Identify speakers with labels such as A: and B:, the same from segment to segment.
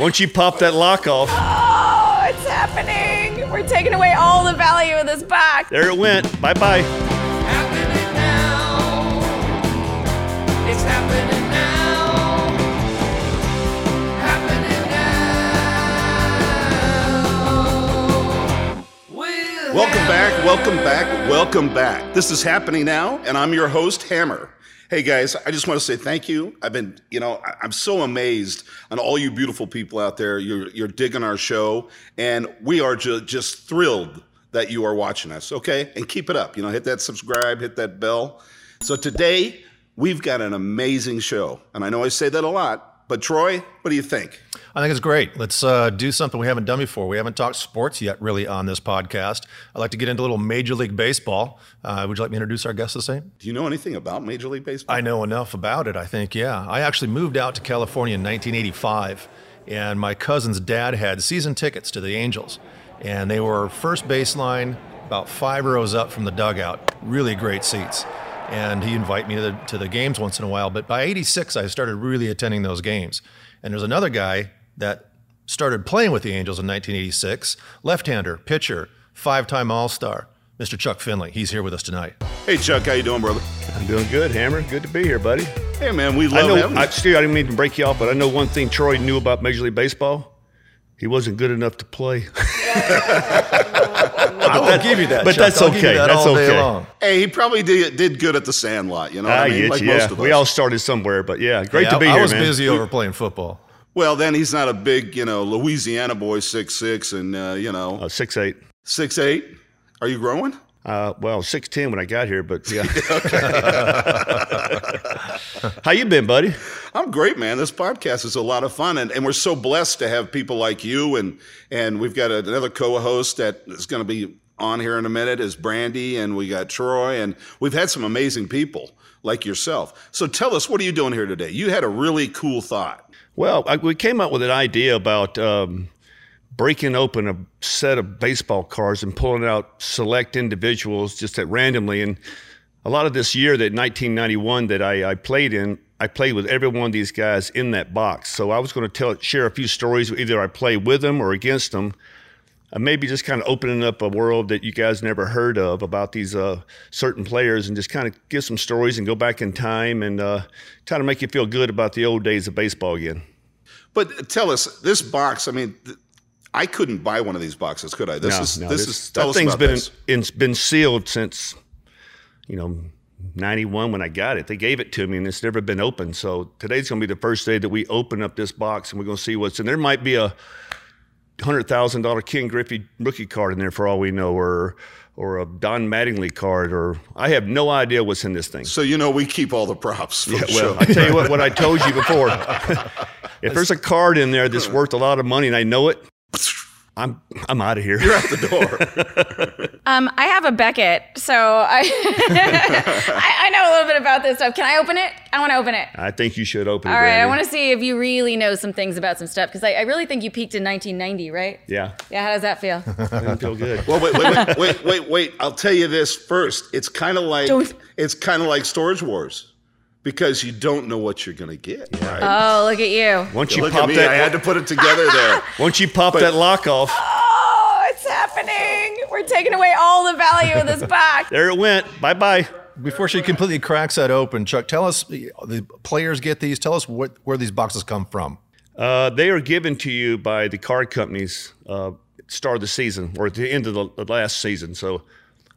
A: Once you pop that lock off,
B: Oh, it's happening! We're taking away all the value of this box.
A: there it went. Bye bye.
C: happening now. It's happening now. Happening now. We'll
D: Welcome back, welcome back, welcome back. This is happening now, and I'm your host, Hammer. Hey guys, I just want to say thank you. I've been, you know, I- I'm so amazed on all you beautiful people out there. You're, you're digging our show, and we are ju- just thrilled that you are watching us, okay? And keep it up. You know, hit that subscribe, hit that bell. So today, we've got an amazing show. And I know I say that a lot, but Troy, what do you think?
E: I think it's great. Let's uh, do something we haven't done before. We haven't talked sports yet, really, on this podcast. I'd like to get into a little Major League Baseball. Uh, would you like me to introduce our guest the same?
D: Do you know anything about Major League Baseball?
E: I know enough about it, I think, yeah. I actually moved out to California in 1985, and my cousin's dad had season tickets to the Angels, and they were first baseline, about five rows up from the dugout. Really great seats. And he invited me to the, to the games once in a while. But by 86, I started really attending those games. And there's another guy that started playing with the Angels in 1986, left hander, pitcher, five time All Star, Mr. Chuck Finley. He's here with us tonight.
D: Hey Chuck, how you doing, brother?
F: I'm doing good, Hammer. Good to be here, buddy.
D: Hey man, we
F: I
D: love
F: know,
D: having
F: I,
D: you.
F: Steve, I didn't mean to break you off, but I know one thing Troy knew about Major League Baseball. He wasn't good enough to play.
E: I'll give you that.
F: but
E: Chuck.
F: that's
E: I'll give you
F: okay.
E: that
F: That's
E: all day
F: okay.
E: long.
D: Hey, he probably did, did good at the Sandlot, you know. what
F: I
D: I mean,
F: get
D: like
F: you,
D: most
F: yeah.
D: of us.
F: We all started somewhere, but yeah, great
E: Yeah,
F: to be
E: I,
F: here,
E: I was
F: man.
E: busy over playing football.
D: well, then he's not a big, you know, Louisiana boy, six six, and uh, you know,
F: Uh, six eight.
D: six eight. Are you growing?
F: Uh, well, six ten when I got here, but yeah. How you been, buddy?
D: I'm great, man. This podcast is a lot of fun, and, and we're so blessed to have people like you, and and we've got a, another co-host that is going to be on here in a minute is Brandy, and we got Troy, and we've had some amazing people like yourself. So tell us, what are you doing here today? You had a really cool thought.
F: Well, I, we came up with an idea about um, breaking open a set of baseball cards and pulling out select individuals just at randomly. And a lot of this year, that 1991 that I, I played in, I played with every one of these guys in that box. So I was going to tell, share a few stories. Either I played with them or against them. And maybe just kind of opening up a world that you guys never heard of about these uh, certain players and just kind of give some stories and go back in time and uh, try to make you feel good about the old days of baseball again.
D: But tell us, this box. I mean, th- I couldn't buy one of these boxes, could I? This
F: No,
D: is
F: no,
D: this, is. Tell
F: that
D: us
F: thing's
D: about
F: been
D: this.
F: in- it's been sealed since you know '91 when I got it. They gave it to me, and it's never been opened. So today's going to be the first day that we open up this box, and we're going to see what's in there. Might be a hundred thousand dollar Ken Griffey rookie card in there for all we know, or or a Don Mattingly card, or I have no idea what's in this thing.
D: So you know we keep all the props. Yeah,
F: Well, I tell you what, what I told you before. if there's a card in there that's worth a lot of money and I know it, I'm I'm out of here. You're out the door.
B: Um, I have a Beckett, so I I, I know a little bit about this stuff. Can I open it? I want to open it.
F: I think you should open it.
B: All right, I
F: Randy.
B: want to see if you really know some things about some stuff because I, I really think you peaked in 1990, right?
F: Yeah,
B: Yeah. How does that feel?
F: didn't feel good.
D: well, wait, wait, wait, wait, wait, wait. I'll tell you this first. It's kind of like
B: Don't-
D: it's kind of like Storage Wars, because you don't know what you're gonna get. Right?
B: oh, look at you!
F: once you
D: Look
F: pop
D: at me. I had
F: that,
D: to put it together there.
F: once you pop that lock off,
B: Oh, it's happening! We're taking away all the value of this box.
F: there it went. Bye bye.
E: Before she completely cracks that open, Chuck, tell us the players get these. Tell us what, where these boxes come from.
F: Uh, they are given to you by the card companies. Uh, at the start of the season or at the end of the, the last season. So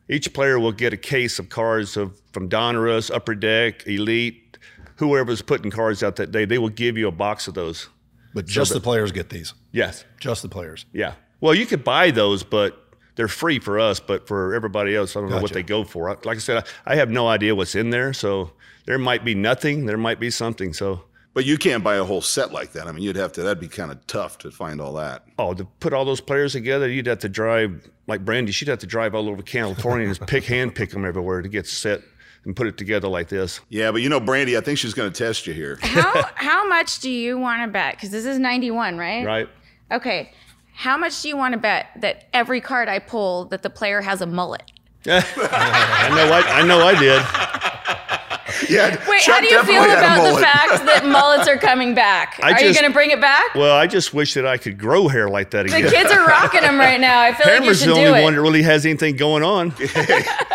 F: each player will get a case of cards of from Donruss, Upper Deck, Elite, whoever's putting cards out that day. They will give you a box of those.
E: But just the players get these.
F: Yes.
E: Just the players.
F: Yeah. Well, you could buy those, but they're free for us. But for everybody else, I don't know what
E: Gotcha.
F: they go for. I- Like I said, I, I have no idea what's in there. So there might be nothing. There might be something. So,
D: But you can't buy a whole set like that. I mean, you'd have to. That'd be kind of tough to find all that.
F: oh, to put all those players together, you'd have to drive like Brandy. She'd have to drive all over California and just pick hand pick them everywhere to get set and put it together like this.
D: Yeah, but you know, Brandy, I think she's gonna test you here.
B: How how much do you want to bet? Because this is 91, right?
F: Right.
B: Okay. How much do you want to bet that every card I pull that the player has a mullet?
F: I know. I, I know. I did.
D: Yeah.
B: Wait,
D: Chuck
B: how do you feel
D: definitely had a
B: about the
D: mullet.
B: fact that mullets are coming back? are
F: I
B: you
F: just-
B: going to bring it back?
F: Well, I just wish that I could grow hair like that
B: the
F: again.
B: kids are rocking them right now. I feel like you
F: Hammer's
B: should
F: the
B: do
F: only
B: it.
F: one that really has anything going on.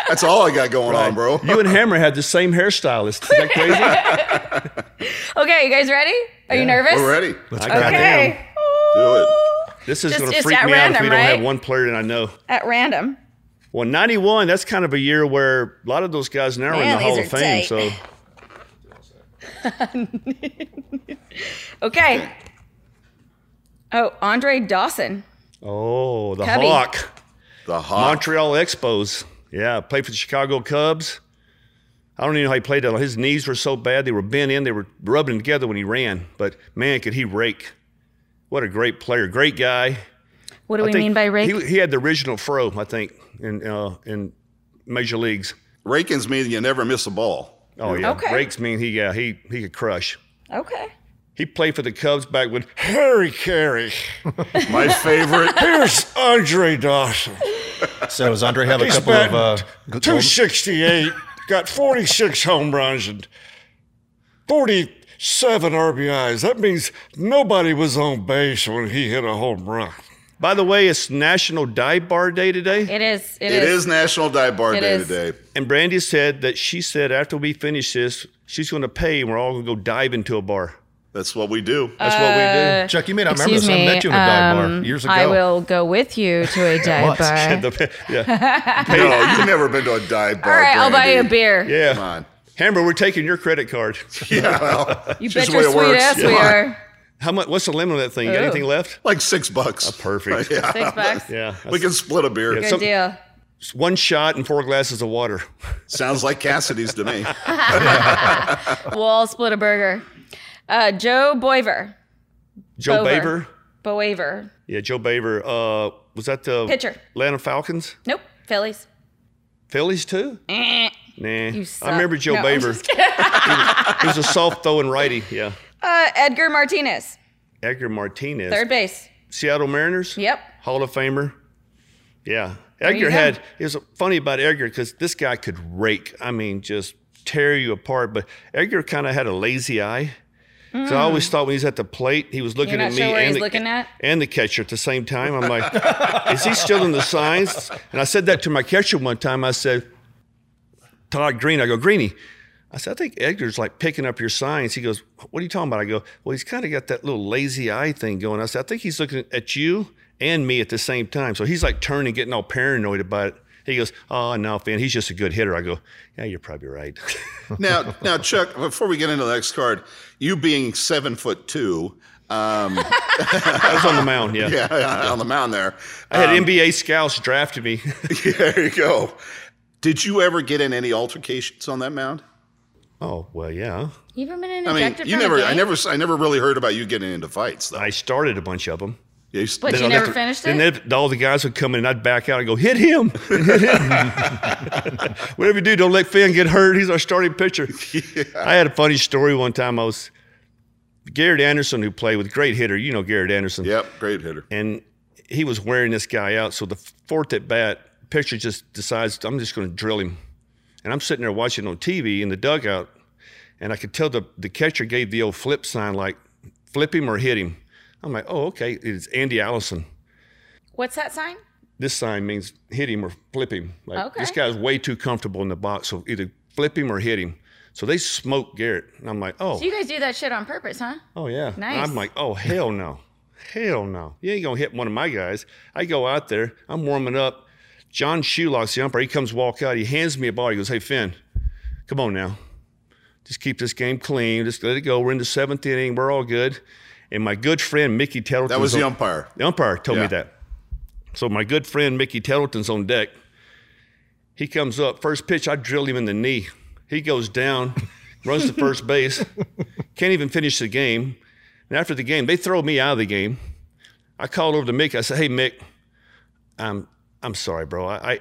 D: That's all I got going on, bro.
F: You and Hammer had the same hairstylist. Is that crazy?
B: okay, you guys ready? Are you nervous?
D: We're ready.
F: Let's
B: Okay.
D: Do it.
F: This is
B: Just-
F: going to
B: it's
F: freak
B: at
F: me out if
B: random,
F: we don't have
B: right?
F: one player that I know.
B: At random.
F: Well, 91, that's kind of a year where a lot of those guys now are in
B: Man,
F: the Hall
B: these
F: of
B: are
F: Fame.
B: tight.
F: So
B: Okay. Oh, Andre Dawson.
F: Oh, the
B: Cubby.
F: Hawk.
D: The hot.
F: Montreal Expos. Yeah, played for the Chicago Cubs. I don't even know how he played that. His knees were so bad, they were bent in, they were rubbing together when he ran. But man, could he rake. What a great player. Great guy.
B: What do
F: I
B: we
F: think
B: mean by rake?
F: He, he had the original fro, I think, in uh, in major leagues.
D: Rakins mean you never miss a ball.
F: Oh yeah.
B: Okay.
F: Rakes mean he yeah, he he could crush.
B: okay.
F: He played for the Cubs back when Harry Carey.
D: My favorite.
F: Here's Andre Dawson.
E: So does Andre have a
F: He's
E: couple of uh,
F: batting
E: gold-
F: 268, got 46 home runs and 47 RBIs. That means nobody was on base when he hit a home run. By the way, it's National Dive Bar Day today.
B: It is. It,
D: it is National Dive Bar
B: It
D: Day
B: is.
D: today.
F: And Brandy said that she said after we finish this, she's going to pay and we're all going to go dive into a bar.
D: That's what we do.
F: That's what we do.
E: Chuck, you may not remember
B: Uh, Excuse
E: this.
B: me.
E: I met you in a dive bar
B: um,
E: years ago.
B: I will go with you to a dive
E: What?
B: bar.
F: The- yeah.
D: Uh, no, you've never been to a dive
B: All
D: bar.
B: right, I'll buy
D: Brandy.
B: you a beer.
F: yeah.
D: Come on.
F: Hammer, we're taking your credit card.
B: You bet
D: Just the way
B: your
D: it
B: sweet
D: works.
B: ass
D: Yeah.
B: we are.
F: How much? What's the limit on that thing? You got
B: Ooh.
F: anything left?
D: Like six bucks.
F: Perfect.
D: Yeah.
B: Six bucks.
F: Yeah.
D: We can split a beer.
B: Good
F: some-
B: deal.
F: One shot and four glasses of water.
D: Sounds like Cassidy's to me.
B: We'll all split a burger. Uh, Joe Boiver.
F: Joe
B: Bover.
F: Baver.
B: Boaver.
F: Yeah, Joe Baver. Uh, was that the
B: Pitcher.
F: Atlanta Falcons?
B: Nope. Phillies.
F: Phillies too?
B: Eh.
F: Nah.
B: suck.
F: I remember Joe
B: No, I'm
F: Baver.
B: just
F: he, was, he was a soft throwing righty. Yeah.
B: Uh, Edgar Martinez.
F: Edgar Martinez.
B: Third base.
F: Seattle Mariners.
B: Yep.
F: Hall of Famer. Yeah.
B: you
F: Edgar
B: go.
F: had. It was funny about Edgar because this guy could rake. I mean, just tear you apart. But Edgar kind of had a lazy eye. So I always thought when he's at the plate, he was looking
B: Hmm. You're not
F: at me
B: sure where
F: and
B: he's
F: the,
B: looking at?
F: and the catcher at the same time. I'm like, is he still in the signs? And I said that to my catcher one time. I said, Todd Green. I go, Greeny. I said, I think Edgar's like picking up your signs. He goes, What are you talking about? I go, Well, he's kind of got that little lazy eye thing going. I said, I think he's looking at you and me at the same time. So he's like turning, getting all paranoid about it. He goes, Oh, no, Finn, he's just a good hitter. I go, Yeah, you're probably right.
D: now, now, Chuck, before we get into the next card, you being seven foot two um,
F: I was on the mound. Yeah.
D: yeah, on the mound there,
F: I had NBA scouts drafted me.
D: there you go. Did you ever get in any altercations on that mound?
F: oh, well, yeah.
B: You ever been
D: I mean,
B: ejected
D: you
B: from a
D: never, I
B: game?
D: never, I never really heard about you getting into fights though.
F: I started a bunch of them.
D: You-
B: But you
F: Then I'd
B: never
F: have to-
B: finished
F: then
B: it?
F: they'd- all the guys would come in and I'd back out and go, hit him. Hit him. Whatever you do, don't let Finn get hurt. He's our starting pitcher. I had a funny story one time. I was Garrett Anderson, who played with great hitter. You know Garrett Anderson.
D: yep, great hitter.
F: And he was wearing this guy out. So the fourth at bat, pitcher just decides, I'm just going to drill him. And I'm sitting there watching on TV in the dugout. And I could tell the, the catcher gave the old flip sign, like, flip him or hit him. I'm like, oh, okay. It's Andy Allison
B: What's that sign?
F: this sign means hit him or flip him. Like
B: Okay.
F: this guy's way too comfortable in the box, so either flip him or hit him. So they smoked Garrett, and I'm like, oh,
B: So you guys do that shit on purpose, huh?
F: oh yeah. And
B: Nice.
F: I'm like, oh hell no, hell no. You ain't gonna hit one of my guys. I go out there, I'm warming up. John Shulock's the umpire. He comes walk out. He hands me a ball. He goes, hey Finn, come on now, just keep this game clean. Just let it go. We're in the seventh inning. We're all good. And my good friend Mickey Taylor.
D: That was the umpire.
F: The umpire told
D: Yeah.
F: me that. So my good friend Mickey Tettleton's on deck. He comes up first pitch. I drill him in the knee. He goes down, runs to first base. Can't even finish the game. And after the game, they throw me out of the game. I called over to Mick. I said, "Hey Mick, I'm I'm sorry, bro. I I,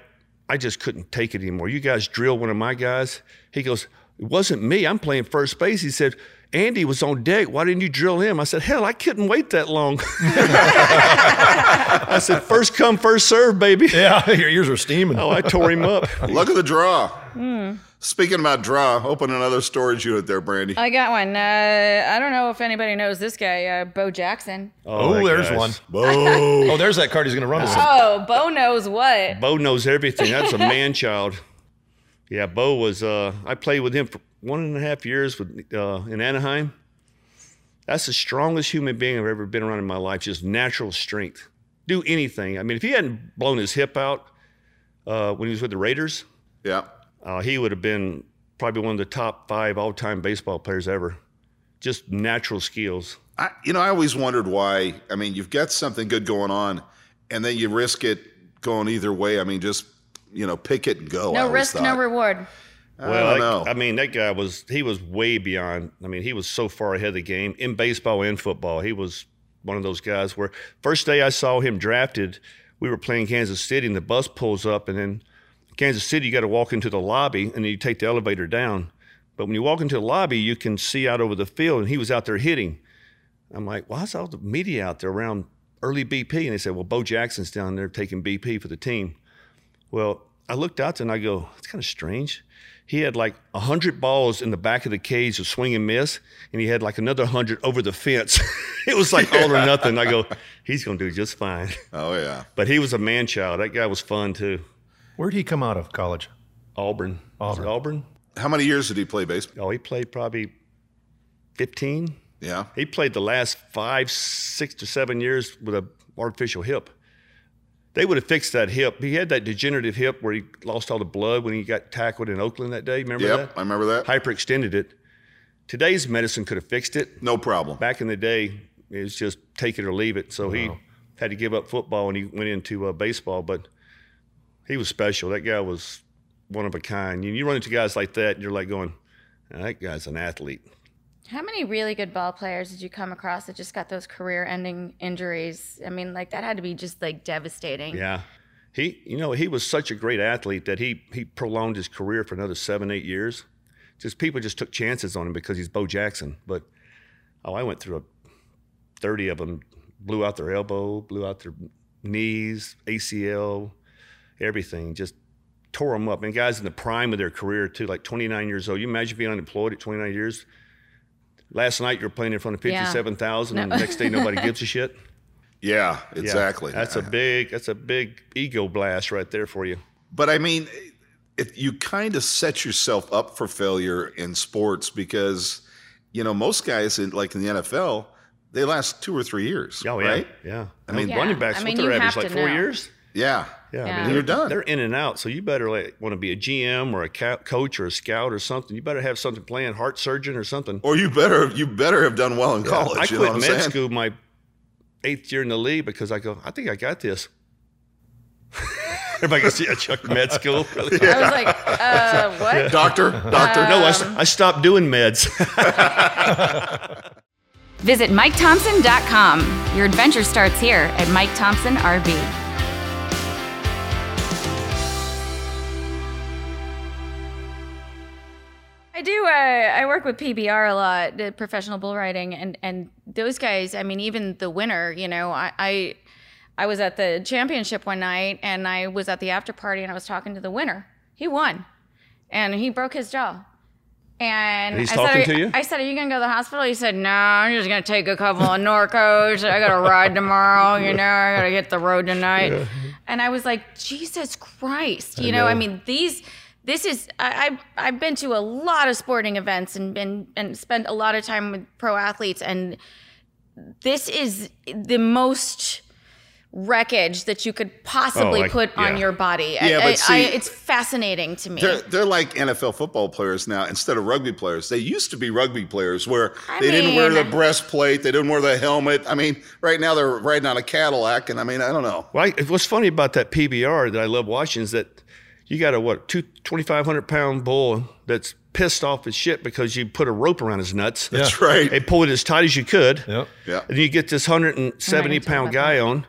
F: I just couldn't take it anymore. You guys drilled one of my guys." He goes, "It wasn't me. I'm playing first base." He said. Andy was on deck. Why didn't you drill him? I said, Hell, I couldn't wait that long. I said, first come, first serve, baby.
E: yeah, your ears are steaming.
F: Oh, I tore him up.
B: Hmm.
D: Luck of the draw. Speaking about draw, open another storage unit there, Brandy.
B: I got one. Uh, I don't know if anybody knows this guy, uh, Bo Jackson.
E: Oh,
F: that
E: there's
F: guy's-
E: one.
D: Whoa.
E: Oh, there's that card he's going to run with.
B: Oh, Bo knows what.
F: Bo knows everything. That's a man child. Yeah, Bo was. Uh, I played with him for one and a half years with uh, in Anaheim. That's the strongest human being I've ever been around in my life. Just natural strength. Do anything. I mean, if he hadn't blown his hip out uh, when he was with the Raiders,
D: yeah.
F: uh, he would have been probably one of the top five all-time baseball players ever. Just natural skills.
D: I, you know, I always wondered why. I mean, you've got something good going on, and then you risk it going either way. I mean, just you know, pick it and go. I
B: No
D: always
B: risk, no
D: thought.
B: reward.
F: Well,
D: I
F: I,
D: don't know.
F: I mean, that guy was, he was way beyond. I mean, he was so far ahead of the game in baseball and football. He was one of those guys where first day I saw him drafted, we were playing Kansas City and the bus pulls up. And then Kansas City, you got to walk into the lobby and then you take the elevator down. But when you walk into the lobby, you can see out over the field and he was out there hitting. I'm like, why is all the media out there around early BP? And they said, well, Bo Jackson's down there taking BP for the team. Well, I looked out there and I go, it's kind of strange. He had like 100 balls in the back of the cage of swing and miss, and he had like another 100 over the fence. it was like all or nothing. I go, he's going to do just fine.
D: Oh yeah.
F: But he was a man child. That guy was fun too.
E: Where'd he come out of college?
F: Auburn. Auburn. Auburn?
D: How many years did he play baseball?
F: Oh, he played probably 15.
D: Yeah.
F: He played the last five, six to seven years with a artificial hip. They would have fixed that hip. He had that degenerative hip where he lost all the blood when he got tackled in Oakland that day. Remember
D: Yep.
F: that?
D: I remember that.
F: Hyperextended it. Today's medicine could have fixed it.
D: No problem.
F: Back in the day, it was just take it or leave it. So he had to give up football and he went into uh, baseball. But he was special. That guy was one of a kind. You, you run into guys like that, and you're like going, "Now, "That guy's an athlete."
B: How many really good ball players did you come across that just got those career-ending injuries? I mean, like that had to be just like devastating.
F: Yeah. He, you know, he was such a great athlete that he he prolonged his career for another seven, eight years. Just people just took chances on him because he's Bo Jackson. But oh, I went through a, thirty of them, blew out their elbow, blew out their knees, ACL, everything. Just tore them up. And guys in the prime of their career too, like twenty nine years old. You imagine being unemployed at twenty nine years. Last night you're playing in front of
B: Yeah.
F: fifty seven thousand, and the next day nobody gives a shit.
D: Yeah.
F: Yeah,
D: Exactly.
F: that's a big that's a big ego blast right there for you.
D: But I mean, it, you kind of set yourself up for failure in sports because, you know, most guys in like in the NFL, they last two or three years.
F: Oh yeah,
D: right?
F: yeah.
D: I mean- Yeah.
F: running backs.
B: I
F: I
B: mean,
F: what
B: you
F: their
B: have
F: average like
B: to
F: four
B: know.
F: years.
D: Yeah.
B: Yeah.
F: Yeah, I
B: And
F: mean,
D: you're
F: they're
D: done.
F: They're in and out, so you better like, want to be a GM or a co- coach or a scout or something. You better have something planned, heart surgeon or something.
D: Or you better you better have done well in college.
F: I
D: you know
F: quit
D: what I'm
F: med
D: saying?
F: school my eighth year in the league because I go, I think I got this. Everybody goes, yeah, Chuck, med school.
B: I was like, uh, what?
D: Doctor, doctor,
F: No, I, s-
B: Um.
F: I stopped doing meds.
G: Visit MikeThompson.com. Your adventure starts here at Mike Thompson RV.
B: I do. Uh, I work with PBR a lot, the professional bull riding, and and those guys. I mean, even the winner. You know, I. I I was at the championship one night and I was at the after party and I was talking to the winner. He won and he broke his jaw. And
F: He's
B: I
F: talking
B: said, "Are-
F: to you?
B: I said, Are you going to go to the hospital? He said, No, I'm just going to take a couple of Norcos. I got to ride tomorrow. You know, I got to hit the road tonight. And I was like, Jesus Christ. You know, I mean, these. This is I, I've I've been to a lot of sporting events and been and spent a lot of time with pro athletes and this is the most wreckage that you could possibly
F: Oh, I-
B: put on
F: yeah.
B: your body. I-
D: Yeah, but
B: I- I-
D: see-
B: it's fascinating to me.
D: They're, they're like NFL football players now instead of rugby players. They used to be rugby players where
B: I
D: they didn't wear the
B: mean-
D: breastplate, they didn't wear the helmet. I mean, right now they're riding on a Cadillac, and I mean, I don't know.
F: Well, I, what's funny about that PBR that I love watching is that you got a what two 2,500 pound bull that's pissed off his shit because you put a rope around his nuts.
D: That's right.
F: They pull it as tight as you could.
E: Yep.
D: Yeah.
F: And you get this 170 pound guy on,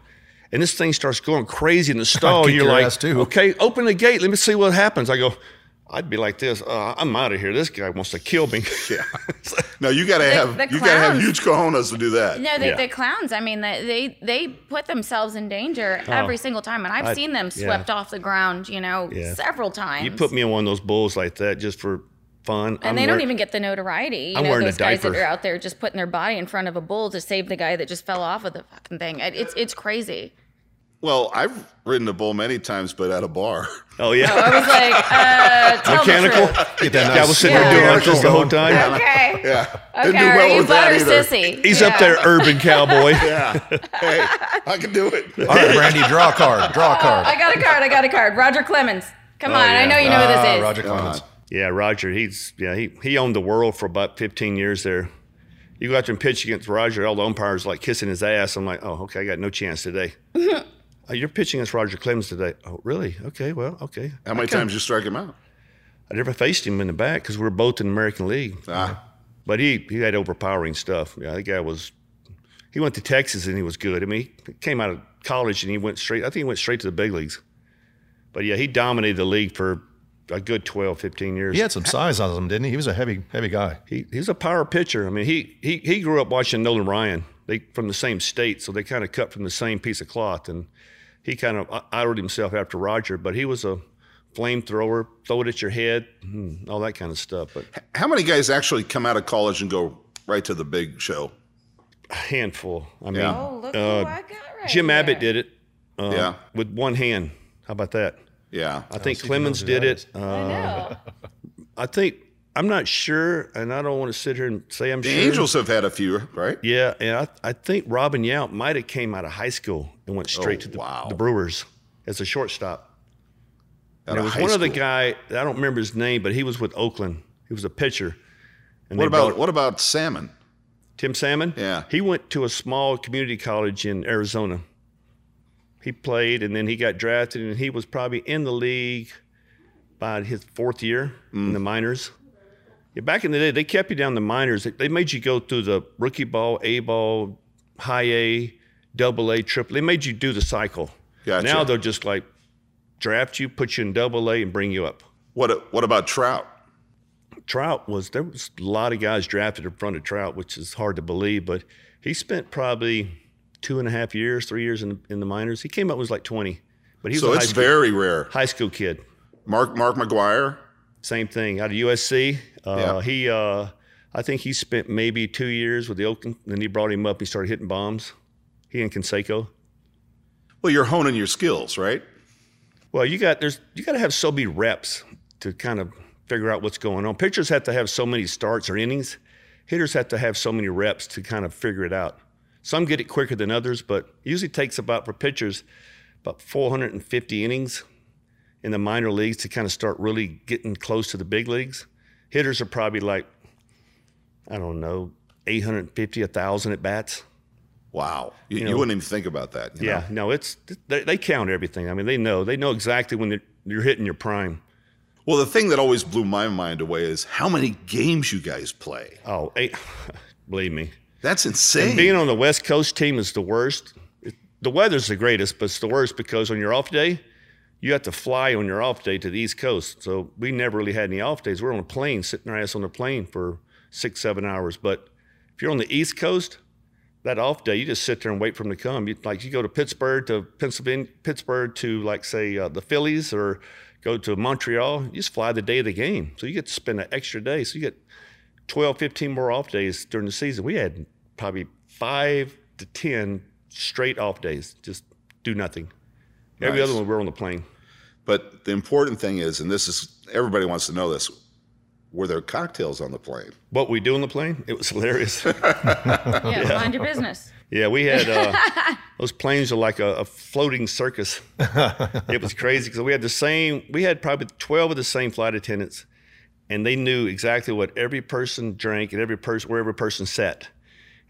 F: and this thing starts going crazy in the stall.
E: kick
F: You're
E: your
F: like,
E: ass, too.
F: okay, open the gate. Let me see what happens. I go, I'd be like this. Uh, I'm out of here. This guy wants to kill me.
D: Yeah. No, you gotta have
B: the
D: you gotta have
B: clowns-
D: huge cojones to do that.
B: No, they,
F: Yeah.
B: the clowns. I mean, they, they they put themselves in danger every single time, and I've
F: Oh. I-
B: seen them
F: yeah.
B: swept off the ground. You know,
F: Yeah.
B: several times.
F: You put me in one of those bulls like that just for fun.
B: and they don't even get the notoriety. You
F: I'm
B: know,
F: wearing a
B: those guys that
F: diaper.
B: are out there just putting their body in front of a bull to save the guy that just fell off of the fucking thing. It- It's it's crazy.
D: Well, I've ridden a bull many times, but at a bar.
F: Oh yeah.
B: I was like, uh, tell
F: Mechanical.
B: the truth.
E: Get that
F: Guy
E: nice
F: was sitting there
B: Yeah.
F: doing like
E: mechanical
F: this the whole
E: going.
F: time.
B: Okay.
D: Yeah. Didn't
B: Okay.
D: do
B: are
D: well
B: you
D: with that
B: butter
D: either.
B: sissy?
F: He's
B: Yeah.
F: up there, urban cowboy.
D: Yeah. hey, I can do it.
E: All right, Brandy, draw a card. Draw a card.
B: I got a card. I got a card. Roger Clemens. Come on. I
F: yeah.
B: know you know who
E: Ah,
B: this is.
E: Roger Clemens.
F: Yeah, Roger. He's yeah. He he owned the world for about 15 years there. You go out there and pitch against Roger. All the umpires like kissing his ass. I'm like, oh, okay, I got no chance today. "Oh, you're pitching against Roger Clemens today. Oh, really? Okay, well, okay.
D: How many times you strike him out?
F: I never faced him in the back because we were both in the American League.
D: Ah.
F: But he he had overpowering stuff. Yeah, that guy was. He went to Texas and he was good. I mean, he came out of college and he went straight. I think he went straight to the big leagues. But yeah, he dominated the league for a good 12, 15 years.
E: He had some size on him, didn't he? He was a heavy, heavy guy.
F: he, he's a power pitcher. I mean, he he he grew up watching Nolan Ryan. They from the same state, so they kind of cut from the same piece of cloth. And he kind of o- outed himself after Roger, but he was a flamethrower, throw it at your head, hmm, all that kind of stuff. But
D: How many guys actually come out of college and go right to the big show?
F: a handful. I mean,
D: Yeah.
B: Oh, look who I got right
F: Jim
B: here.
F: Abbott did it uh,
D: Yeah.
F: with one hand. How about that?
D: Yeah.
F: I think Clemens did it. Uh,
B: I know.
F: I think I'm not sure, and I don't want to sit here and say I'm
D: The
F: sure.
D: Angels have had a few, right?
F: Yeah, and I, I think Robin Yount might have came out of high school and went straight
D: Oh,
F: to the,
D: wow.
F: the Brewers as a shortstop.
D: Out
F: And
D: of
F: there was
D: high
F: one other
D: school.
F: guy I don't remember his name, but he was with Oakland. He was a pitcher. And
D: What
F: they
D: about
F: brought-
D: what about salmon?
F: Tim Salmon?
D: Yeah.
F: he went to a small community college in Arizona. He played, and then he got drafted, and he was probably in the league by his fourth year
D: Mm.
F: in the minors. Yeah, back in the day, they kept you down the minors. They, they made you go through the rookie ball, A ball, high A, double A, triple. They made you do the cycle.
D: Gotcha.
F: Now they'll just like draft you, put you in double A, and bring you up.
D: What what about trout?
F: Trout was there was a lot of guys drafted in front of Trout, which is hard to believe, but he spent probably two and a half years, three years in the, in the minors. He came up and was like twenty, but he was
D: So
F: a high
D: it's
F: school,
D: very rare.
F: high school kid.
D: Mark Mark McGuire.
F: Same thing out of USC. Uh,
D: Yeah.
F: He, uh, I think he spent maybe two years with the Oakland. Then he brought him up. He started hitting bombs. He and Canseco.
D: Well, you're honing your skills, right?
F: Well, you got there's you got to have so many reps to kind of figure out what's going on. Pitchers have to have so many starts or innings. Hitters have to have so many reps to kind of figure it out. Some get it quicker than others, but it usually takes about for pitchers about 450 innings in the minor leagues to kind of start really getting close to the big leagues. Hitters are probably like I don't know 850 1000 at bats.
D: Wow. You, you
F: know-
D: wouldn't even think about that. you know?
F: Yeah, no, it's they, they count everything. I mean, they know they know exactly when they're, you're hitting your prime.
D: Well, the thing that always blew my mind away is how many games you guys play.
F: Oh, eight, believe me.
D: That's insane.
F: Being on the West Coast team is the worst. It- The weather's the greatest, but it's the worst because on your off day, you have to fly on your off day to the East Coast. So we never really had any off days. We're on a plane, sitting our ass on the plane for six, seven hours. But if you're on the East Coast, that off day, you just sit there and wait for them to come. You, like you go to Pittsburgh to Pennsylvania, Pittsburgh to like say uh, the Phillies, or go to Montreal. You just fly the day of the game, so you get to spend an extra day. So you get 12, 15 more off days during the season. We had probably five to 10 straight off days, just do nothing. Every
D: Nice.
F: other one, we're on the plane.
D: but the important thing is, and this is everybody wants to know this: were there cocktails on the plane?
F: What we do on the plane, it was hilarious.
B: Yeah, mind your business.
F: yeah, we had uh, those planes are like a, a floating circus. it was crazy because we had the same, we had probably 12 of the same flight attendants, and they knew exactly what every person drank and every person, where every person sat.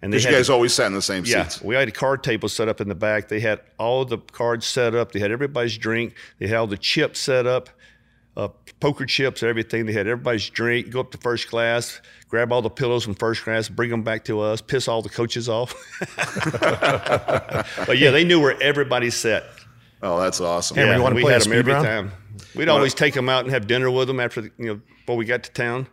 F: And they
D: Because you
F: had
D: guys always sat in the same
F: Yeah,
D: seats.
F: we had a card table set up in the back. They had all the cards set up. They had everybody's drink. They had all the chips set up, uh, poker chips, everything. They had everybody's drink. Go up to first class, grab all the pillows from first class, bring them back to us, piss all the coaches off. but yeah, they knew where everybody sat.
D: Oh, that's awesome.
E: Hey,
F: Yeah,
E: you wanna
D: Oh,
F: we
E: play
F: had
E: a
F: them every
E: speed round?
F: time. We'd always take them out and have dinner with them after the, you know before we got to town.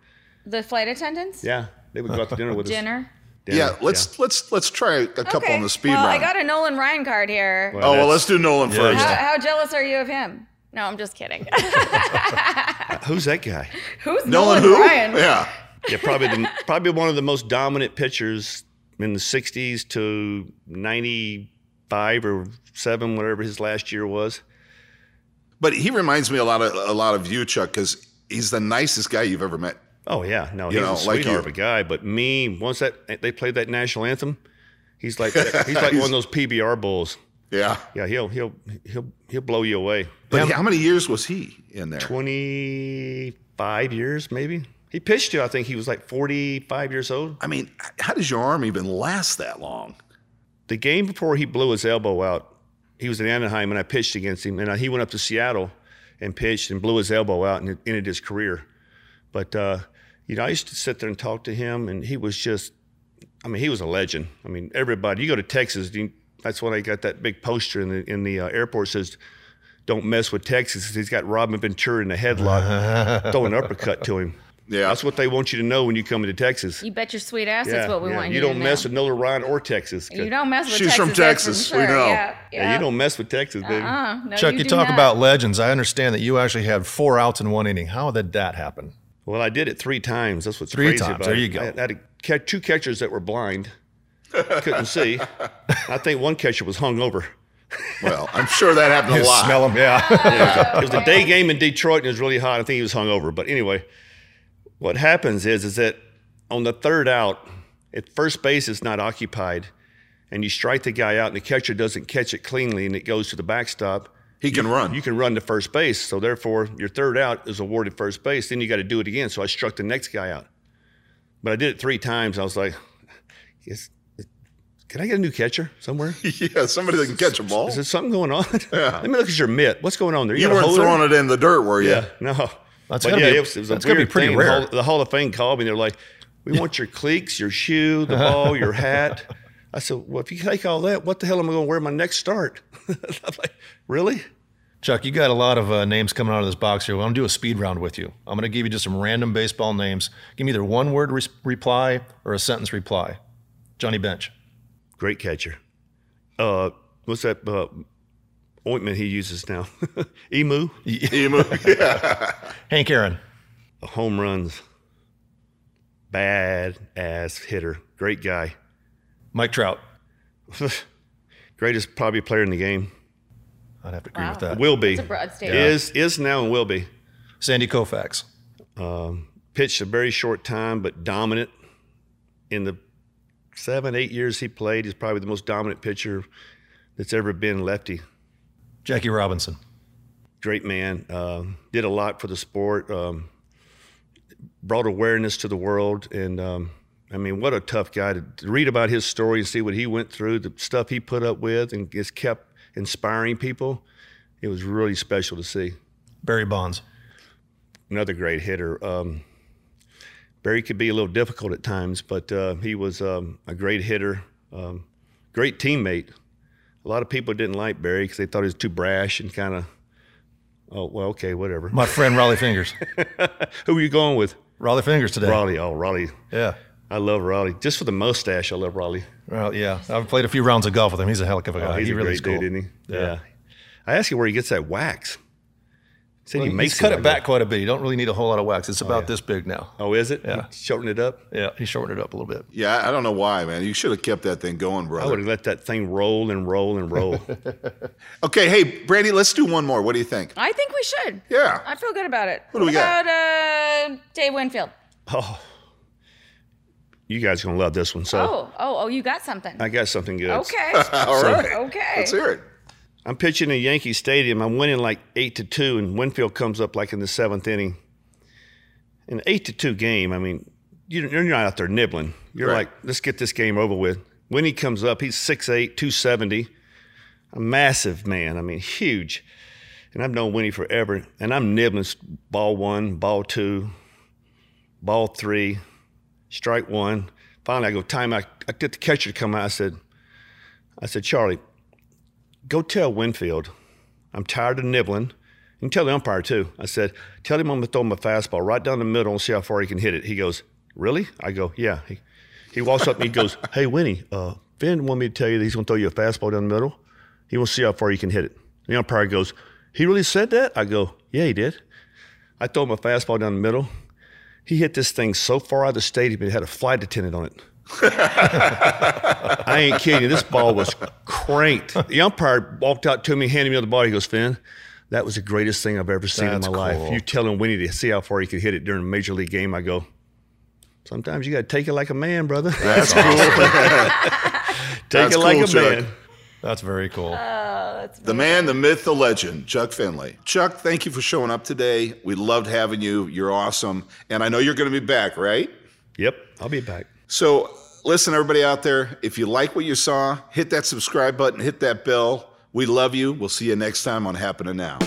B: The flight attendants?
F: Yeah, they would go out to dinner with us.
B: Dinner?
F: Dinner,
D: Yeah, let's let's let's try a couple on the speed
B: well, I
D: round.
B: got a Nolan Ryan card here.
D: oh well, let's do Nolan first.
B: How, how jealous are you of him? No, I'm just kidding.
F: Who's that guy?
B: Who's
D: Nolan
B: Nolan,
D: who?
B: Ryan?
D: Yeah.
F: Yeah, probably the, probably one of the most dominant pitchers in the '60s to '95 or seven, whatever his last year was.
D: But he reminds me a lot of a lot of you, Chuck, because he's the nicest guy you've ever met.
F: Oh yeah, no,
D: You
F: he's
D: know,
F: a
D: like
F: sweetheart
D: you.
F: of a guy. But me, once that they played that national anthem, he's like he's like one of those PBR bulls.
D: Yeah.
F: Yeah, he'll he'll he'll he'll blow you away.
D: But how many years was he in there?
F: Twenty five years maybe. He pitched to I think he was like forty five years old.
D: I mean, h- how does your arm even last that long?
F: the game before he blew his elbow out, he was in Anaheim and I pitched against him. And I, he went up to Seattle and pitched and blew his elbow out and it ended his career. But, uh, you know, I used to sit there and talk to him and he was just, I mean, he was a legend. I mean, everybody, you go to Texas, you, that's when I got that big poster in the, in the uh, airport says, don't mess with Texas. He's got Robin Ventura in a headlock, throwing an uppercut to him.
D: Yeah.
F: That's what they want you to know when you come into Texas.
B: You bet your sweet ass that's what we
F: yeah.
B: want you
F: You
B: to
F: don't
B: know.
F: mess with Nola Ryan or Texas.
B: You don't mess with
D: She's
B: Texas.
D: from
B: that's for
D: Texas, we
B: sure.
D: know.
B: Yeah,
F: Yeah, you don't mess with Texas, baby.
B: Uh, no,
E: Chuck, you,
B: you do
E: talk
B: not.
E: about legends. I understand that you actually had four outs in one inning. How did that happen?
F: Well, I did it three times. That's what's
E: Three
F: crazy
E: times.
F: about
E: There
F: it.
E: you go.
F: I had- I had a ca- two catchers that were blind, couldn't see. I think one catcher was hung over.
D: Well, I'm sure that happened a
E: You
D: lot.
E: smell them, yeah.
F: It was a day game in Detroit and it was really hot. I think he was hung over. But anyway, what happens is is that on the third out, if first base is not occupied, and you strike the guy out, and the catcher doesn't catch it cleanly, and it goes to the backstop.
D: he can run.
F: you can run to first base. So therefore, your third out is awarded first base. Then you got to do it again. So I struck the next guy out. But I did it three times. I was like, yes, can I get a new catcher somewhere?
D: yeah, somebody that can catch a ball.
F: Is there something going on? Let me look at your mitt. What's going on there?
D: you
F: got a
D: weren't
F: hole there?
D: throwing it in the dirt, were you?
F: Yeah, no.
E: That's
F: But
E: gotta
F: yeah,
E: be-
F: it was, it was a
E: that's gotta be
F: weird
E: pretty
F: thing.
E: rare.
F: The Hall, the Hall of Fame called me. They're like, "We want your cleats, your shoe, the ball, your hat." I said, "Well, if you take all that, what the hell am I going to wear my next start?" I'm like, "Really?"
E: Chuck, you got a lot of uh, names coming out of this box here. Well, I'm going to do a speed round with you. I'm going to give you just some random baseball names. Give me either one word res- reply or a sentence reply. Johnny Bench.
F: great catcher. Uh, what's that uh, ointment he uses now? Emu,
D: Emu.
E: Hank Aaron.
F: home runs, bad ass hitter, great guy,
E: Mike Trout.
F: greatest probably player in the game.
E: I'd have to agree with that.
F: Will be
B: It's a broad statement.
F: is is now and will be.
E: Sandy Koufax.
F: Pitched a very short time, but dominant in the seven eight years he played. He's probably the most dominant pitcher that's ever been lefty.
E: Jackie Robinson.
F: great man. Um, did a lot for the sport. Um, brought awareness to the world, and um, I mean, what a tough guy to, to read about his story and see what he went through, the stuff he put up with, and just kept inspiring people. It was really special to see.
E: Barry Bonds.
F: Another great hitter. Um, Barry could be a little difficult at times, but uh, he was um, a great hitter, um, great teammate. A lot of people didn't like Barry because they thought he was too brash and kind of, oh, well, okay, whatever.
E: My friend Raleigh Fingers.
F: Who are you going with?
E: Raleigh Fingers today.
F: Raleigh. Oh, Raleigh.
E: Yeah.
F: I love Raleigh. Just for the mustache, I love Raleigh.
E: Well, yeah. I've played a few rounds of golf with him. He's a hell of a guy.
F: Oh,
E: Oh,
F: he's
E: he
F: a
E: really
F: great
E: is cool.
F: dude, isn't he?
E: Yeah.
F: Yeah. I asked you where he gets that wax. He said
E: Well,
F: he makes
E: he's cut
F: like
E: it back
F: that.
E: quite a bit. You don't really need a whole lot of wax. It's about this big now.
F: Oh, is it?
E: Yeah.
F: He shortened it up.
E: Yeah, he shortened it up a little bit.
D: yeah, I don't know why, man. You should have kept that thing going,
F: I would
D: brother.
F: have let that thing roll and roll and roll.
D: Okay, hey, Brandy, let's do one more. What do you think?
B: I think we should.
D: Yeah.
B: I feel good about it.
D: Who do
B: What
D: we got?
B: about uh, Dave Winfield?
F: Oh. you guys gonna love this one. So
B: Oh, oh, oh, you got something.
F: I got something good.
B: okay.
D: All right.
B: okay.
D: Let's hear it.
F: I'm pitching in Yankee Stadium. I'm winning like eight to two, and Winfield comes up like in the seventh inning. An eight to two game. I mean, you- you're not out there nibbling. You're
D: Right.
F: like, let's get this game over with. When he comes up, he's 6'8", 270. A massive man. I mean, huge. And I've known Winnie forever. And I'm nibbling ball one, ball two, ball three, strike one. Finally, I go time. I, I get the catcher to come out. I said, I said, Charlie, go tell Winfield I'm tired of nibbling You can tell the umpire too. I said, Tell him I'm going to throw him a fastball right down the middle and see how far he can hit it. He goes, Really? I go, Yeah. He, he walks up and he goes, Hey, Winnie, uh, Finn wanted me to tell you that he's going to throw you a fastball down the middle. He wants to see how far you can hit it. The umpire goes, He really said that? I go, Yeah, he did. I throw him a fastball down the middle. He hit this thing so far out of the stadium, it had a flight attendant on it. I ain't kidding you. This ball was cranked. The umpire walked out to me, handed me the ball. He goes, Finn, that was the greatest thing I've ever seen
E: That's
F: in my life.
E: cool.
F: You telling Winnie to see how far he could hit it during a major league game. I go, sometimes you got to take it like a man, brother.
D: That's cool.
F: take
D: That's
F: it like
D: cool,
F: a
D: Chuck.
F: man.
E: That's very cool.
D: the man, the myth, the legend, Chuck Finley. Chuck, thank you for showing up today. We loved having you. You're awesome. And I know you're going to be back, right?
F: Yep, I'll be back.
D: So, listen, everybody out there, if you like what you saw, hit that subscribe button, hit that bell. We love you. We'll see you next time on Happening Now.